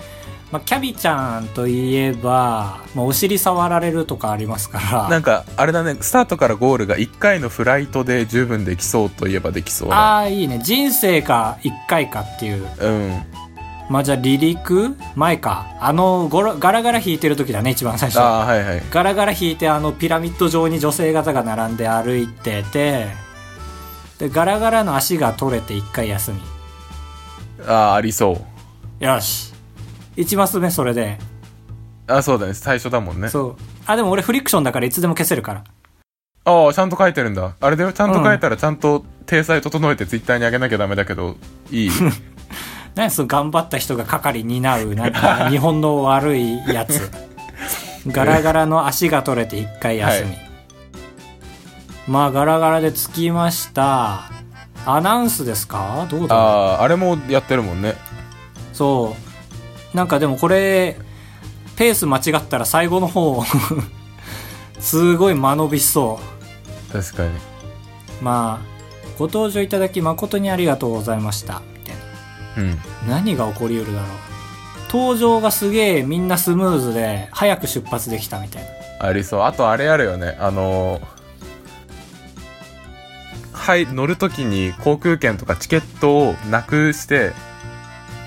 [SPEAKER 1] まあ、キャビちゃんといえば、まあ、お尻触られるとかありますから
[SPEAKER 2] なんかあれだねスタートからゴールが1回のフライトで十分できそうといえばできそうな
[SPEAKER 1] ああいいね人生か一回かっていう
[SPEAKER 2] うん
[SPEAKER 1] まあじゃあ離陸前かあのゴロガラガラ引いてる時だね一番最初
[SPEAKER 2] ああーはいはい
[SPEAKER 1] ガラガラ引いてあのピラミッド上に女性方が並んで歩いててでガラガラの足が取れて一回休み
[SPEAKER 2] ああありそう
[SPEAKER 1] よし一マス目それで
[SPEAKER 2] あそうだね最初だもんね
[SPEAKER 1] そうあでも俺フリクションだからいつでも消せるから
[SPEAKER 2] ああちゃんと書いてるんだあれだよちゃんと書いたらちゃんと体裁整えてツイッターに上げなきゃダメだけどいい
[SPEAKER 1] 何その頑張った人が係担うなんか日本の悪いやつガラガラの足が取れて一回休み、
[SPEAKER 2] は
[SPEAKER 1] まあガラガラで着きましたアナウンスですかどうだろう
[SPEAKER 2] あああれもやってるもんね
[SPEAKER 1] そうなんかでもこれペース間違ったら最後の方 すごい間延びしそ
[SPEAKER 2] 確かに
[SPEAKER 1] うまあご登場いただき誠にありがとうございましたみたいな
[SPEAKER 2] うん
[SPEAKER 1] 何が起こりうるだろう登場がすげえみんなスムーズで早く出発できたみたいな
[SPEAKER 2] ありそうあとあれあるよねあのーはい乗るときに航空券とかチケットをなくして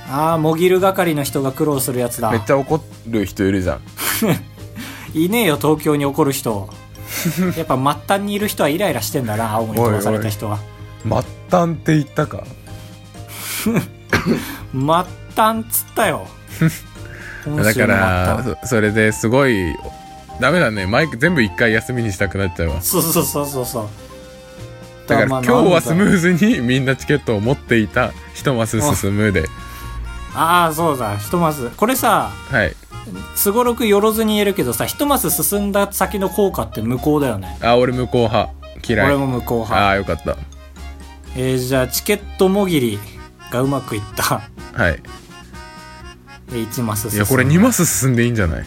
[SPEAKER 1] あーもぎる係の人が苦労するやつだ
[SPEAKER 2] めっちゃ怒る人いるじゃん
[SPEAKER 1] いねえよ東京に怒る人やっぱ末端にいる人はイライラしてんだな青森飛ばされた人は
[SPEAKER 2] 末端って言ったか
[SPEAKER 1] 末端っつったよ本
[SPEAKER 2] だ
[SPEAKER 1] 州
[SPEAKER 2] か
[SPEAKER 1] の末端
[SPEAKER 2] らそそれですごいダメだねマイク全部一回休みにしたくなっちゃいます
[SPEAKER 1] そうそうそうそうそう
[SPEAKER 2] だから今日はスム
[SPEAKER 1] ズ
[SPEAKER 2] ーズにみんなチケットを持っていた一マス進むで
[SPEAKER 1] ああそうだひとまずこれさ
[SPEAKER 2] はい
[SPEAKER 1] すごろくよろずに言えるけどさひとマス進んだ先の効果って無効だよね
[SPEAKER 2] あ俺向こう派嫌い
[SPEAKER 1] 俺も無効
[SPEAKER 2] あ
[SPEAKER 1] 派、
[SPEAKER 2] あよかった
[SPEAKER 1] えーじゃあチケットもぎりがうまくいった
[SPEAKER 2] はい
[SPEAKER 1] で1マス進
[SPEAKER 2] い
[SPEAKER 1] む
[SPEAKER 2] やこれ2マス進んでいいんじゃない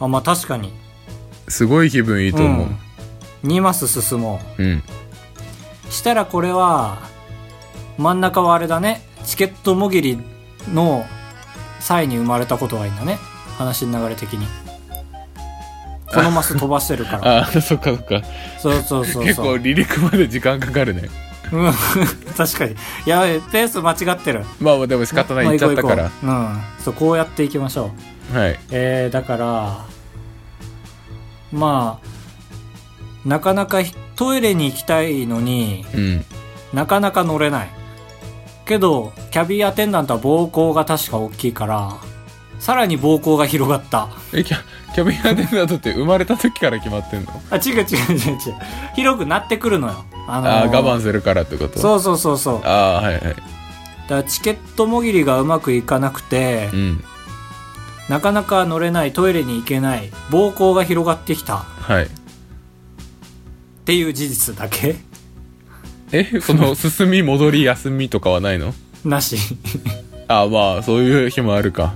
[SPEAKER 1] あまあ確かに
[SPEAKER 2] すごい気分いいと思う
[SPEAKER 1] 2マス進も
[SPEAKER 2] うん、
[SPEAKER 1] うしたらこれは真ん中はあれだねチケットもぎりの際に生まれたことがいいんだね話の流れ的にこのマス飛ばしてるから
[SPEAKER 2] ああそっかそっか
[SPEAKER 1] そうそうそうそう
[SPEAKER 2] 結構離陸まで時間かかるね
[SPEAKER 1] うん 確かにやべえペース間違ってる
[SPEAKER 2] まあでも仕方ない
[SPEAKER 1] まあ
[SPEAKER 2] 行っちゃったか
[SPEAKER 1] 行
[SPEAKER 2] ら
[SPEAKER 1] こう行こううんそうこうやっていきましょう
[SPEAKER 2] はい
[SPEAKER 1] えー、だからまあなかなかひトイレに行きたいのに
[SPEAKER 2] うん
[SPEAKER 1] なかなか乗れないけどキャビンアテンダントは膀胱が確か大きいからさらに膀胱が広がった
[SPEAKER 2] えキャキャビンアテンダントって生まれた時から決まってんの
[SPEAKER 1] あ違う違う違う違う広くなってくるのよあのー
[SPEAKER 2] ああ我慢するからってこと
[SPEAKER 1] そうそうそうそうだか
[SPEAKER 2] ああはいはい
[SPEAKER 1] らチケットもぎりがうまくいかなくて
[SPEAKER 2] うん
[SPEAKER 1] なかなか乗れないトイレに行けない膀胱が広がってきたっ
[SPEAKER 2] はい
[SPEAKER 1] ていう事実だけ
[SPEAKER 2] えその進み戻り休みとかはないの
[SPEAKER 1] なし
[SPEAKER 2] ああまあそういう日もあるか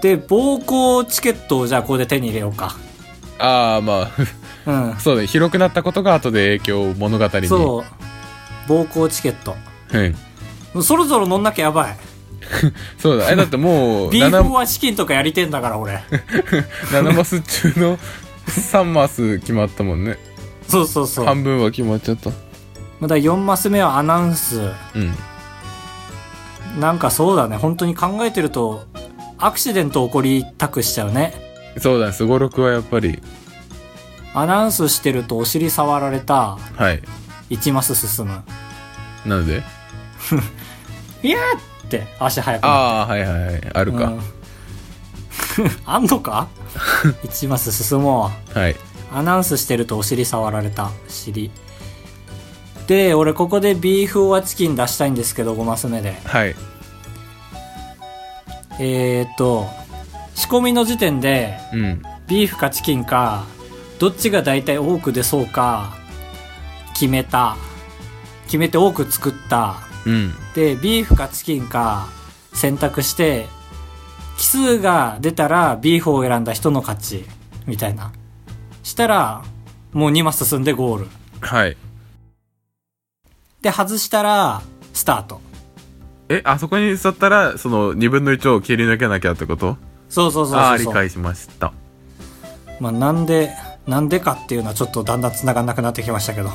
[SPEAKER 1] で暴行チケットをじゃあここで手に入れようか
[SPEAKER 2] ああま
[SPEAKER 1] う
[SPEAKER 2] あ
[SPEAKER 1] ん
[SPEAKER 2] そうね広くなったことが後で影響を物語に
[SPEAKER 1] そう暴行チケット
[SPEAKER 2] う、ん、
[SPEAKER 1] そろそろ乗んなきゃやばい
[SPEAKER 2] そうだえだっ てもう
[SPEAKER 1] ビーフ
[SPEAKER 2] 7,
[SPEAKER 1] ォアチキンとかやりてんだから俺
[SPEAKER 2] 7マス中の3マス決まったもんね
[SPEAKER 1] そうそうそう
[SPEAKER 2] 半分は決まっちゃった
[SPEAKER 1] まだ4マス目はアナウンス
[SPEAKER 2] うん
[SPEAKER 1] なんかそうだね本当に考えてるとアクシデント起こりたくしちゃうね
[SPEAKER 2] そうだねすごろくはやっぱり
[SPEAKER 1] アナウンスしてるとお尻触られた
[SPEAKER 2] はい
[SPEAKER 1] 1マス進む
[SPEAKER 2] なんで
[SPEAKER 1] いやーって足速くなる
[SPEAKER 2] ああはいはいはいあるか、
[SPEAKER 1] うんあんのか一マス進も
[SPEAKER 2] はいう
[SPEAKER 1] アナウンスしてるとお尻触られた尻で俺ここでビーフオアチキン出したいんですけど5マス目で
[SPEAKER 2] はい。
[SPEAKER 1] えー、っと仕込みの時点で
[SPEAKER 2] うん。
[SPEAKER 1] ビーフかチキンかどっちが大体多く出そうか決めた決めて多く作った
[SPEAKER 2] うん。
[SPEAKER 1] でビーフかチキンか選択して奇数が出たらビーフを選んだ人の勝ちみたいなしたらもう2マス進んでゴール
[SPEAKER 2] はい。
[SPEAKER 1] で外したらスタート
[SPEAKER 2] え、あそこに座ったら、その、二分の一を切り抜けなきゃってこと
[SPEAKER 1] そうそうそう
[SPEAKER 2] あ
[SPEAKER 1] そ
[SPEAKER 2] あー、
[SPEAKER 1] う
[SPEAKER 2] 理
[SPEAKER 1] そう
[SPEAKER 2] 解しました。
[SPEAKER 1] まあなんでなんでかっていうのはちょっとだんだん繋がんなくなってきましたけど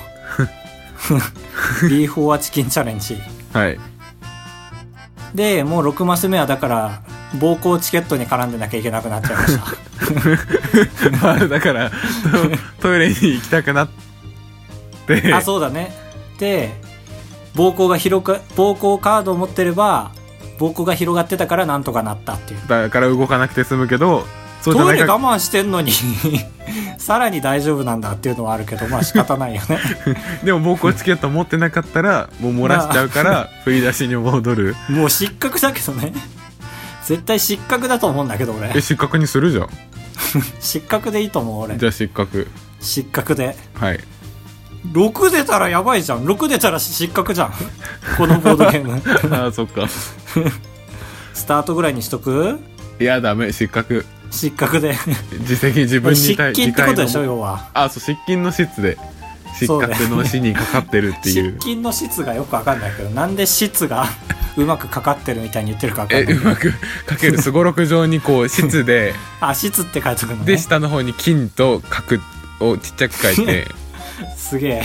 [SPEAKER 1] ビーフオアチキンチャレンジ
[SPEAKER 2] はい。
[SPEAKER 1] でもう6マス目はだから暴行チケットに絡んでなきゃいけなくなっちゃいました
[SPEAKER 2] まあだから、トトイレに行きたくなって、
[SPEAKER 1] あそうだねで暴行が広く暴行カードを持ってれば暴行が広がってたからなんとかなったっていう
[SPEAKER 2] だから動かなくて済むけど、そうじゃ
[SPEAKER 1] ト
[SPEAKER 2] な
[SPEAKER 1] イ
[SPEAKER 2] い
[SPEAKER 1] レ
[SPEAKER 2] か
[SPEAKER 1] 我慢してんのに さらに大丈夫なんだっていうのはあるけどまあ仕方ないよ ね
[SPEAKER 2] でも僕はチケット持ってなかったら、もう漏らしちゃうから、振り出しに戻る。
[SPEAKER 1] もう失格だけどね絶対失格だと思うんだけど俺
[SPEAKER 2] え、失格にするじゃん。
[SPEAKER 1] 失格でいいと思う俺
[SPEAKER 2] じゃあ失格。
[SPEAKER 1] 失格で
[SPEAKER 2] はい。
[SPEAKER 1] 6出たらやばいじゃん6出たら失格じゃん このボードゲー ム
[SPEAKER 2] ああ、そっか。
[SPEAKER 1] スタートぐらいにしとく
[SPEAKER 2] いや、ダメ、失格。
[SPEAKER 1] 失格 で
[SPEAKER 2] 自責自分に
[SPEAKER 1] 失
[SPEAKER 2] 対
[SPEAKER 1] 禁ってことでしょ
[SPEAKER 2] 自戒の
[SPEAKER 1] 要は
[SPEAKER 2] あ、そう、失禁の質で、失格の死にかかってるってい
[SPEAKER 1] 失
[SPEAKER 2] う。
[SPEAKER 1] 禁の質がよくわかんないけどなんで質 がうまくかかってるみたいに言ってるかわか
[SPEAKER 2] え、
[SPEAKER 1] んな
[SPEAKER 2] う
[SPEAKER 1] い
[SPEAKER 2] まくかけるすごろく状に こう、質で、
[SPEAKER 1] あ質って書いてくるのね
[SPEAKER 2] で、下の方に金と角をちっちゃく書い て、
[SPEAKER 1] すげえ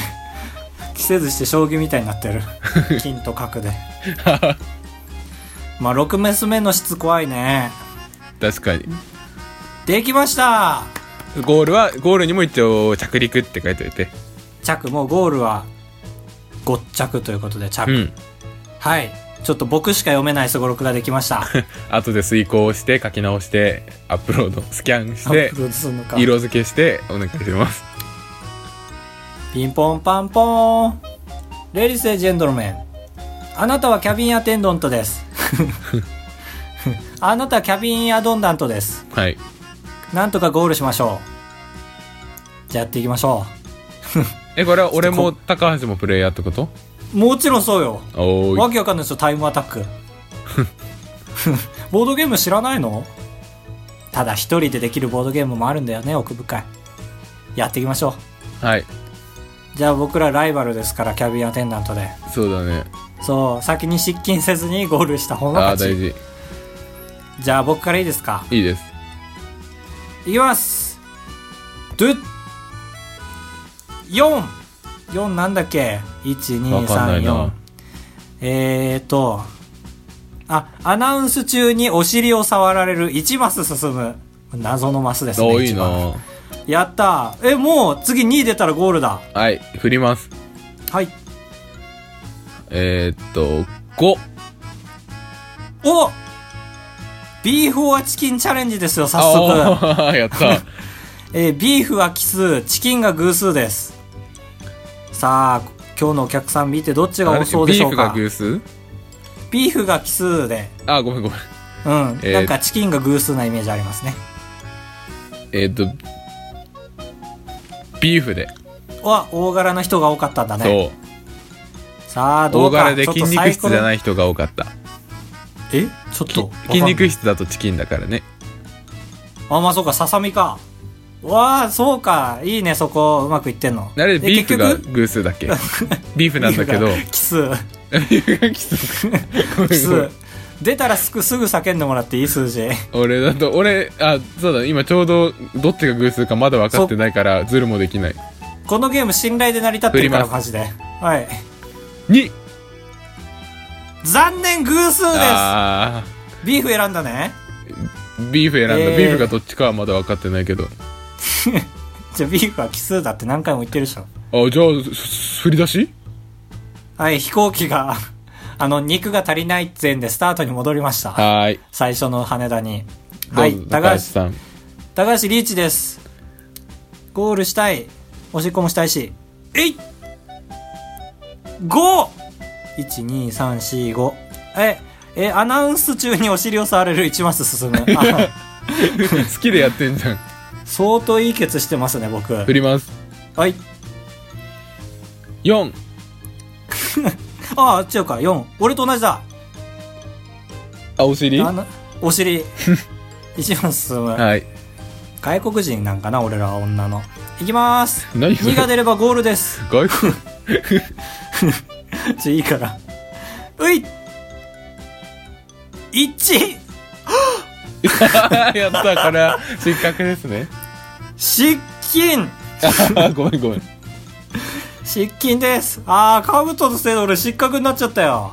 [SPEAKER 1] 着せずして将棋みたいにな ってる金と角でまあ6メス目の質怖いね
[SPEAKER 2] 確かに。
[SPEAKER 1] できました
[SPEAKER 2] ゴールは、ゴールにも一応、着陸って書いておいて。
[SPEAKER 1] 着もうゴールは5着ということで着、
[SPEAKER 2] うん。
[SPEAKER 1] はいちょっと僕しか読めないすごろくができました
[SPEAKER 2] 後で遂行して、書き直して、アップロード、スキャンし
[SPEAKER 1] アッ
[SPEAKER 2] て
[SPEAKER 1] プ、ロードするのか
[SPEAKER 2] 色付けして、お願いします。
[SPEAKER 1] ピンポンパンポーンレディス・ジェンドルメンあなたはキャビンアテンドントです あなたはキャビンアドンダントです
[SPEAKER 2] はい。
[SPEAKER 1] なんとかゴールしましょうじゃあやっていきましょ
[SPEAKER 2] え、これは俺も高橋もプレイヤーってこと
[SPEAKER 1] うもちろんそうよ
[SPEAKER 2] おー
[SPEAKER 1] わ
[SPEAKER 2] い。
[SPEAKER 1] けわかんないですよタイムアタック ボードゲーム知らないのただ一人でできるボードゲームもあるんだよね奥深いやっていきましょう
[SPEAKER 2] はい。
[SPEAKER 1] じゃあ僕らライバルですからキャビンアテンダントで
[SPEAKER 2] そうだね。
[SPEAKER 1] そう先に失禁せずにゴールした方が
[SPEAKER 2] ああー、
[SPEAKER 1] 勝
[SPEAKER 2] 大
[SPEAKER 1] ち
[SPEAKER 2] 事。
[SPEAKER 1] じゃあ僕からいいですか
[SPEAKER 2] いいです。
[SPEAKER 1] いきますドゥ4 4なんだっけ
[SPEAKER 2] わかんない
[SPEAKER 1] ?1234
[SPEAKER 2] な
[SPEAKER 1] えーとあアナウンス中にお尻を触られる1マス進む謎のマスですね
[SPEAKER 2] おーいい
[SPEAKER 1] 一番
[SPEAKER 2] な
[SPEAKER 1] やったーえもう次2出たらゴールだ
[SPEAKER 2] はい、振ります。
[SPEAKER 1] はい
[SPEAKER 2] えー、っと、5。
[SPEAKER 1] おビーフオアチキンチャレンジですよ早速
[SPEAKER 2] あ あ、やった。
[SPEAKER 1] えービーフは奇数チキンが偶数ですさあ今日のお客さん見てどっちが多 そうでしょう
[SPEAKER 2] あ
[SPEAKER 1] か
[SPEAKER 2] れビーフが偶数
[SPEAKER 1] ビーフが奇数で
[SPEAKER 2] あー、ごめんごめん。
[SPEAKER 1] うん、
[SPEAKER 2] えー
[SPEAKER 1] なんかチキンが偶数なイメージありますね
[SPEAKER 2] えー、っと、ビーフで。
[SPEAKER 1] は大柄な人が多かったんだね
[SPEAKER 2] そう。
[SPEAKER 1] さあど
[SPEAKER 2] 大
[SPEAKER 1] うか
[SPEAKER 2] 柄で筋肉質じゃ
[SPEAKER 1] い
[SPEAKER 2] ない人が多かった
[SPEAKER 1] えちょっ
[SPEAKER 2] き
[SPEAKER 1] と
[SPEAKER 2] 筋肉
[SPEAKER 1] 質
[SPEAKER 2] 質だとチキンだからね
[SPEAKER 1] あまあそうかささみかわあそうかいいねそこうまくいってんの
[SPEAKER 2] あれ
[SPEAKER 1] で
[SPEAKER 2] ビーフが
[SPEAKER 1] 結局
[SPEAKER 2] 偶数 だっけビーフなんだけど
[SPEAKER 1] ビーフが奇数
[SPEAKER 2] ビーフが奇数
[SPEAKER 1] 奇 数出たらすぐすぐ叫んでもらっていい数字
[SPEAKER 2] 俺だと俺あそうだ今ちょうどどっちが偶数かまだ分かってないからズルもできない
[SPEAKER 1] このゲーム信頼で成り立ってるから
[SPEAKER 2] 振りま
[SPEAKER 1] マジではい
[SPEAKER 2] 2
[SPEAKER 1] 残念偶数で
[SPEAKER 2] あ
[SPEAKER 1] すビーフ選んだね
[SPEAKER 2] ービーフ選んだ、
[SPEAKER 1] えー
[SPEAKER 2] ビーフがどっちかはまだ分かってないけど
[SPEAKER 1] じゃあビーフは奇数だって何回も言ってるでしょ
[SPEAKER 2] あじゃあす振り出し
[SPEAKER 1] はい、飛行機が、 あの、肉が足りないってんでスタートに戻りました。
[SPEAKER 2] はーい
[SPEAKER 1] 最初の羽田に。
[SPEAKER 2] ど
[SPEAKER 1] は
[SPEAKER 2] う
[SPEAKER 1] い
[SPEAKER 2] ぞ、
[SPEAKER 1] 高
[SPEAKER 2] 高橋
[SPEAKER 1] 橋、
[SPEAKER 2] さん
[SPEAKER 1] 高橋リーチです。ゴールしたいおしっこもしたいしえい !5!12345 ええアナウンス中にお尻を触れる1マス進 むあ
[SPEAKER 2] 好きでやってんじゃん。
[SPEAKER 1] 相当いいケツしてますね僕
[SPEAKER 2] 振ります。
[SPEAKER 1] はい
[SPEAKER 2] 4、
[SPEAKER 1] ああ違うか4俺と同じだ
[SPEAKER 2] あ、お尻
[SPEAKER 1] あのお 尻1マス進む、
[SPEAKER 2] はい。
[SPEAKER 1] 外国人なんかな俺らは女のいきまーす
[SPEAKER 2] 何それ
[SPEAKER 1] 2が出ればゴールです
[SPEAKER 2] 外国、
[SPEAKER 1] ちょいいからうい1
[SPEAKER 2] やったから、失格ですね。
[SPEAKER 1] 失禁
[SPEAKER 2] あごめんごめん。
[SPEAKER 1] 失禁ですあーカブトとせいで俺失格になっちゃったよ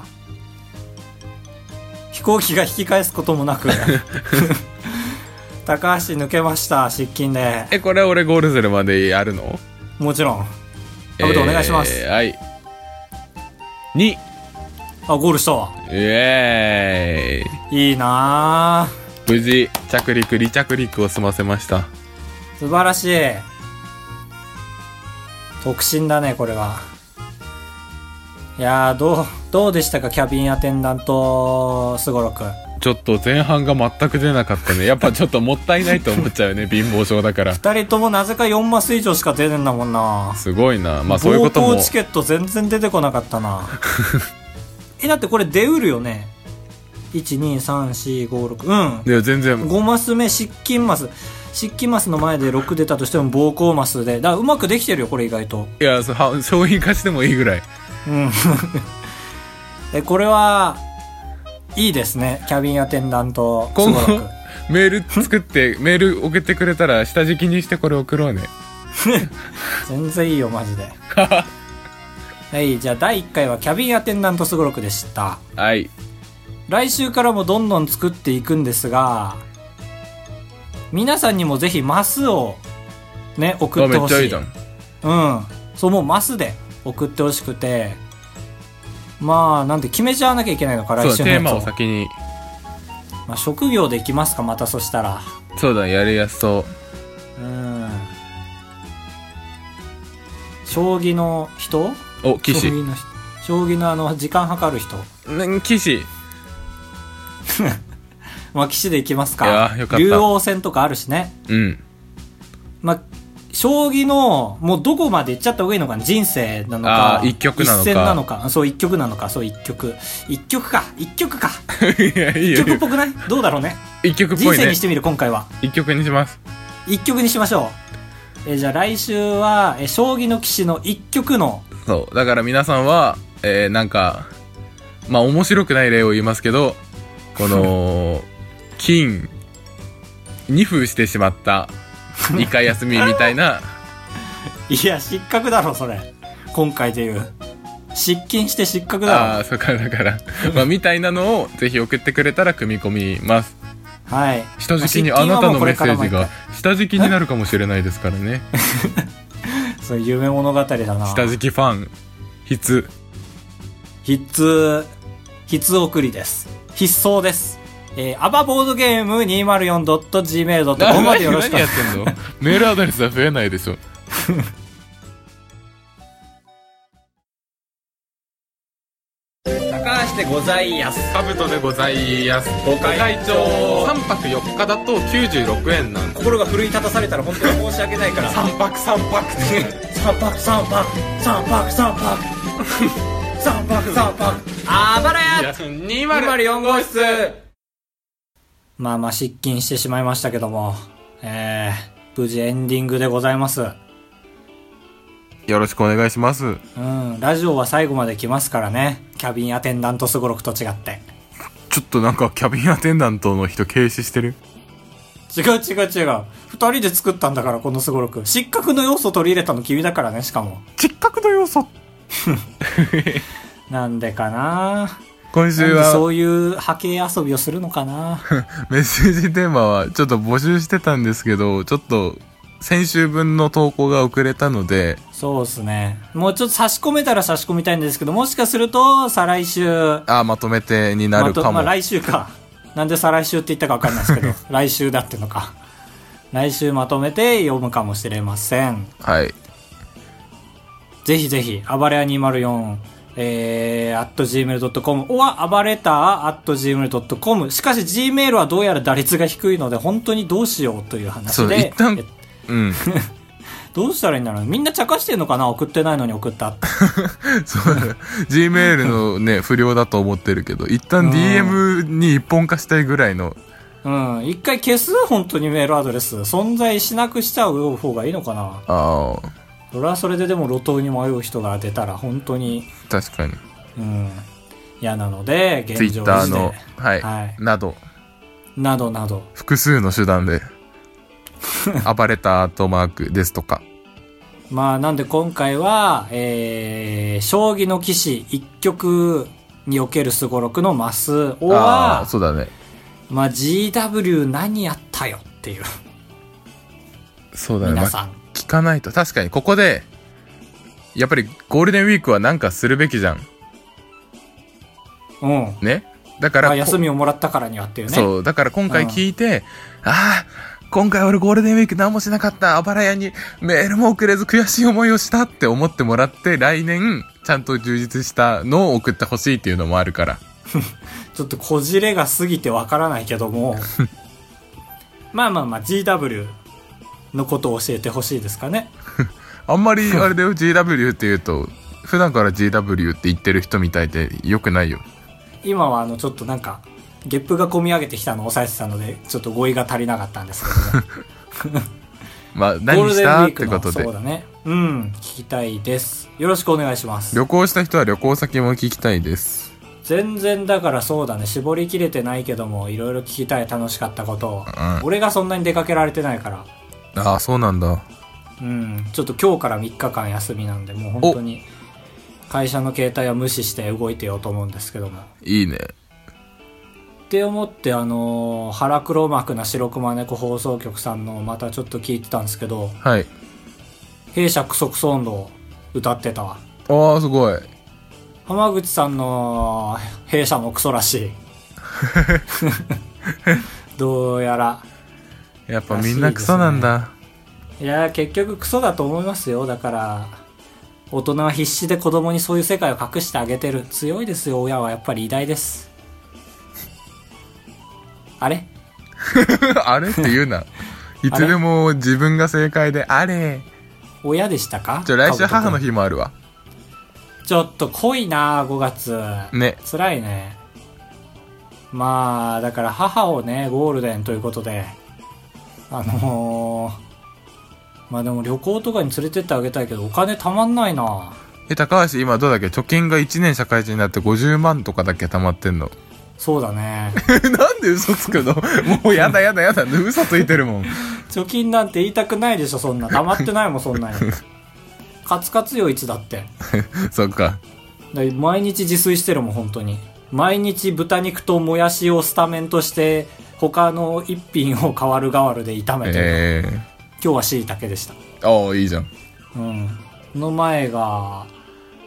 [SPEAKER 1] 飛行機が引き返すこともなく 高橋抜けました失禁で
[SPEAKER 2] え、これ俺ゴールするまでやるの
[SPEAKER 1] もちろんカブトお願いします、
[SPEAKER 2] えーはい。2、
[SPEAKER 1] あゴールしたわ
[SPEAKER 2] イエーイ。
[SPEAKER 1] いいなー
[SPEAKER 2] 無事、着陸、離着陸を済ませました。
[SPEAKER 1] 素晴らしい特進だねこれはいやーどうどうでしたかキャビンアテンダントすごろくん
[SPEAKER 2] ちょっと前半が全く出なかったね。やっぱちょっともったいないと思っちゃ うね。貧乏症だから。
[SPEAKER 1] 2人ともなぜか4マス以上しか出てんだもんな
[SPEAKER 2] すごいな。まあそういうこと
[SPEAKER 1] 冒
[SPEAKER 2] も
[SPEAKER 1] 頭。チケット全然出てこなかった なえだってこれ出うるよね12345うん
[SPEAKER 2] いや、全然。
[SPEAKER 1] 5マス目失禁マス失禁マスの前で6出たとしても暴行マスでだからうまくできてるよこれ意外と
[SPEAKER 2] いや、そうは商品化してもいいぐらい。
[SPEAKER 1] うん えこれはいいですねキャビンアテンダント
[SPEAKER 2] 今後
[SPEAKER 1] すごろく、
[SPEAKER 2] メール作って、メール送ってくれたら、下敷きにしてこれ送ろうね。
[SPEAKER 1] 全然いいよマジではいじゃあ第1回はキャビンアテンダントすごろくでした
[SPEAKER 2] はい。
[SPEAKER 1] 来週からもどんどん作っていくんですが皆さんにもぜひマスをね送
[SPEAKER 2] あ、
[SPEAKER 1] って
[SPEAKER 2] めっ
[SPEAKER 1] ほし
[SPEAKER 2] ちゃ
[SPEAKER 1] い
[SPEAKER 2] いいじゃん。
[SPEAKER 1] うんそうもうマスで送ってほしくてまあなんで決めちゃわなきゃいけないのか
[SPEAKER 2] そ
[SPEAKER 1] 来
[SPEAKER 2] う
[SPEAKER 1] 週
[SPEAKER 2] だ、
[SPEAKER 1] の
[SPEAKER 2] テー
[SPEAKER 1] やつ
[SPEAKER 2] マ
[SPEAKER 1] を
[SPEAKER 2] を、先に。
[SPEAKER 1] まあ、職業でいきますかまたそしたら
[SPEAKER 2] そうだ、やりやすそう。
[SPEAKER 1] うん将棋の人
[SPEAKER 2] お、騎
[SPEAKER 1] 将
[SPEAKER 2] 士。
[SPEAKER 1] 棋の人将棋のあの時間計る人
[SPEAKER 2] ん騎士。
[SPEAKER 1] まあ棋士でいきますか
[SPEAKER 2] いやよかった
[SPEAKER 1] 竜王戦とかあるしね
[SPEAKER 2] うん。
[SPEAKER 1] まあ将棋のもうどこまで行っちゃった方がいいのかな人生なのか
[SPEAKER 2] あー一局なのか
[SPEAKER 1] 一戦なのかそう一局なのかそう一局一局か一局か
[SPEAKER 2] いや、いい
[SPEAKER 1] 一
[SPEAKER 2] よ。いい
[SPEAKER 1] 局っ
[SPEAKER 2] よ
[SPEAKER 1] ぽくないどうだろうね
[SPEAKER 2] 一曲っ
[SPEAKER 1] 人
[SPEAKER 2] ぽい
[SPEAKER 1] 生
[SPEAKER 2] ね
[SPEAKER 1] にし。てみる今回は
[SPEAKER 2] 一曲にします。
[SPEAKER 1] 一局にしましょうえーじゃあ来週はえー将棋の棋士の一局の
[SPEAKER 2] そう。だから皆さんは、えー、なんか、まあ面白くない例を言いますけど、こ の、金、2封してしまった、2回休みみた いな、
[SPEAKER 1] いや、失格だろ、それ。今回で言う。失禁して失格
[SPEAKER 2] あ
[SPEAKER 1] だ
[SPEAKER 2] あ、そうか、だから、まあみたいなのをぜひ送ってくれたら組み込みます。
[SPEAKER 1] ろ。はい。
[SPEAKER 2] 下敷きに
[SPEAKER 1] ま
[SPEAKER 2] あなたのメッ
[SPEAKER 1] 失禁
[SPEAKER 2] セ
[SPEAKER 1] は
[SPEAKER 2] ー
[SPEAKER 1] もうこれ
[SPEAKER 2] ジ
[SPEAKER 1] からも
[SPEAKER 2] が、下敷きになるかもしれないですから ね。
[SPEAKER 1] 一回そう、夢物語だな。
[SPEAKER 2] 下敷きファン、必。
[SPEAKER 1] 筆、筆送りです。筆相です。えー、アバボードゲーム 204.gmail.com までよろしくお願いします
[SPEAKER 2] 何やってんのメールアドレスは増えないでしょ。
[SPEAKER 1] 高橋でございやす。
[SPEAKER 2] カブトでございます。ご
[SPEAKER 1] 会長
[SPEAKER 2] 3泊4日だと96円なんで
[SPEAKER 1] 心が奮い立たされたら本当に申し訳ないから。
[SPEAKER 2] 3泊3泊
[SPEAKER 1] 三泊三泊三泊三泊 三泊三泊あばらや
[SPEAKER 2] 204号室
[SPEAKER 1] まあまあ失禁してしまいましたけども、えー、無事エンディングでございます。
[SPEAKER 2] よろしくお願いします
[SPEAKER 1] うん、ラジオは最後まで来ますからね。キャビンアテンダントすごろくと違って。
[SPEAKER 2] ちょっとなんかキャビンアテンダントの人軽視してる
[SPEAKER 1] 違う違う違う。二人で作ったんだから、このすごろく。失格の要素取り入れたの君だからね、しかも。
[SPEAKER 2] 失格の要素
[SPEAKER 1] なんでかな
[SPEAKER 2] 今週
[SPEAKER 1] なんでそ
[SPEAKER 2] は
[SPEAKER 1] ういう波形遊びをするのかな
[SPEAKER 2] メッセージテーマはちょっと募集してたんですけどちょっと先週分の投稿が遅れたので
[SPEAKER 1] そうですね。もうちょっと差し込めたら差し込みたいんですけど、もしかすると、再来週、
[SPEAKER 2] ああまとめてになるかも、
[SPEAKER 1] ま あ、まあ来週かなんで再来週って言ったか分かんないですけど来週だってのか来週まとめて読むかもしれません。
[SPEAKER 2] はい。
[SPEAKER 1] ぜひぜひ、暴れ屋204、えー、gmail.com、おは、暴れた gmail.com。しかし、gmail はどうやら打率が低いので、本当にどうしようという
[SPEAKER 2] そ
[SPEAKER 1] 話
[SPEAKER 2] う、
[SPEAKER 1] で、
[SPEAKER 2] 一旦
[SPEAKER 1] え、
[SPEAKER 2] うん。
[SPEAKER 1] どうしたらいいんだろうみんな茶化してんのかな送ってないのに送ったって。
[SPEAKER 2] そう、Gmail のね、不良だと思ってるけど、一
[SPEAKER 1] う
[SPEAKER 2] 旦
[SPEAKER 1] ん
[SPEAKER 2] DM に一本化したいぐらいの、
[SPEAKER 1] うん。一回消す本当にメールアドレス。存在しなくしちゃう方がいいのかな
[SPEAKER 2] ああ、
[SPEAKER 1] それはそれででも路頭に迷う人が出たら、本当に、
[SPEAKER 2] 確かに。
[SPEAKER 1] うん。嫌なので、現状維
[SPEAKER 2] Twitter
[SPEAKER 1] 持
[SPEAKER 2] の
[SPEAKER 1] で。、
[SPEAKER 2] はい、
[SPEAKER 1] はい
[SPEAKER 2] など、
[SPEAKER 1] などなど。
[SPEAKER 2] 複数の手段 で、暴れたアートマークですとか、
[SPEAKER 1] まあなんで今回は、えー、将棋の棋士一局におけるすごろくのマスを
[SPEAKER 2] ああー、
[SPEAKER 1] は、
[SPEAKER 2] そうだね。
[SPEAKER 1] まあ GW 何やったよっていう、
[SPEAKER 2] そうだね。
[SPEAKER 1] 皆
[SPEAKER 2] ま
[SPEAKER 1] さん。
[SPEAKER 2] 聞かないと。確かに、ここで、やっぱりゴールデンウィークはなんかするべきじゃん。
[SPEAKER 1] うん。
[SPEAKER 2] ね。だから
[SPEAKER 1] あ
[SPEAKER 2] こ、
[SPEAKER 1] 休みをもらったからにはっていうね。
[SPEAKER 2] そう。だから今回聞いて、ああ、今回俺ゴールデンウィーク何もしなかった。あばら屋にメールも送れず悔しい思いをしたって思ってもらって、来年、ちゃんと充実したのを送ってほしいっていうのもあるから。
[SPEAKER 1] ちょっとこじれが過ぎてわからないけど も、まあまあまあ GW のことを教えてほしいですかね。
[SPEAKER 2] あんまり、あれだよ、GW って言うと、普段から GW って言ってる人みたいで、良くないよ。
[SPEAKER 1] 今はあのちょっとなんか、ゲップが込み上げてきたのを抑えてたので、ちょっと語彙が足りなかったんですけども。
[SPEAKER 2] まあ、
[SPEAKER 1] ゴー
[SPEAKER 2] 何
[SPEAKER 1] ル
[SPEAKER 2] し
[SPEAKER 1] デンウ
[SPEAKER 2] た
[SPEAKER 1] ィーク
[SPEAKER 2] って
[SPEAKER 1] の
[SPEAKER 2] ことで
[SPEAKER 1] そう。だねうん聞きたいですよろしくお願いします
[SPEAKER 2] 旅行した人は旅行先も聞きたいです。
[SPEAKER 1] 全然だからそうだね絞りきれてないけどもいろいろ聞きたい楽しかったことを、
[SPEAKER 2] うん
[SPEAKER 1] 俺がそんなに出かけられてないから
[SPEAKER 2] ああ、そうなんだ。
[SPEAKER 1] うんちょっと今日から3日間休みなんでもう本当に会社の携帯は無視して動いてようと思うんですけどもっ
[SPEAKER 2] いいね。
[SPEAKER 1] て思ってあのー腹黒幕な白熊猫放送局さんのまたちょっと聞いてたんですけど
[SPEAKER 2] はい。
[SPEAKER 1] 「弊社クソクソ音頭」歌ってたわ
[SPEAKER 2] ああ、すごい。
[SPEAKER 1] 浜口さんの弊社もクソら しいどうやら
[SPEAKER 2] やっぱみんなクソなんだ。
[SPEAKER 1] いやー結局クソだと思いますよだから大人は必死で子供にそういう世界を隠してあげてる強いですよ親はやっぱり偉大ですあれ
[SPEAKER 2] あれって言うな。いつでも自分が正解で、あれ。
[SPEAKER 1] 親でしたか
[SPEAKER 2] じゃあ来週
[SPEAKER 1] かぶ
[SPEAKER 2] 母
[SPEAKER 1] と
[SPEAKER 2] の
[SPEAKER 1] くん
[SPEAKER 2] 日もあるわ。
[SPEAKER 1] ちょっと濃いなー5月
[SPEAKER 2] ね。
[SPEAKER 1] 辛いねまあだから母をねゴールデンということであのー、まあでも旅行とかに連れてってあげたいけどお金たまんないな
[SPEAKER 2] え、高橋今どうだっけ貯金が1年社会人になって50万とかだっけ貯まってんの。
[SPEAKER 1] そうだね
[SPEAKER 2] なんで嘘つくの もうやだやだやだ。嘘ついてるもん。
[SPEAKER 1] 貯金なんて言いたくないでしょそんなたまってないもんそんなにカツカツよいつだって
[SPEAKER 2] そっか。
[SPEAKER 1] だ毎日自炊してるもん本当に毎日豚肉ともやしをスタメンとして他の一品を代わる代わるで炒めてる、
[SPEAKER 2] え
[SPEAKER 1] 今日は椎茸でした
[SPEAKER 2] ー。ああ、いいじゃん。
[SPEAKER 1] うん。の前が、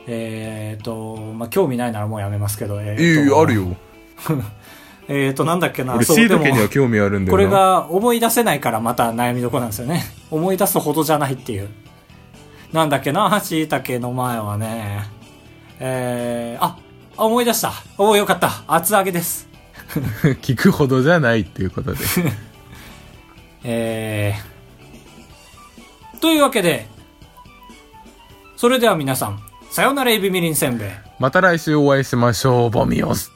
[SPEAKER 1] えっ、と、まあ、興味ないならもうやめますけど、え
[SPEAKER 2] いい、ある。よ。
[SPEAKER 1] えっ、と、なんだっけな、
[SPEAKER 2] 俺、
[SPEAKER 1] そう
[SPEAKER 2] 椎
[SPEAKER 1] で
[SPEAKER 2] 茸には
[SPEAKER 1] も、
[SPEAKER 2] 興味あるんだ
[SPEAKER 1] これ
[SPEAKER 2] よな。
[SPEAKER 1] が思い出せないからまた悩みどころなんですよね。 思い出すほどじゃないっていう。なんだっけな、椎茸の前はね、えー、あ、あ思い出した。おお、よかった。厚揚げです。
[SPEAKER 2] 聞くほどじゃないっていう ことで。
[SPEAKER 1] えー、というわけで、それでは皆さん、さよならエビみりんせんべい。
[SPEAKER 2] また来週お会いしましょう。ボミオス。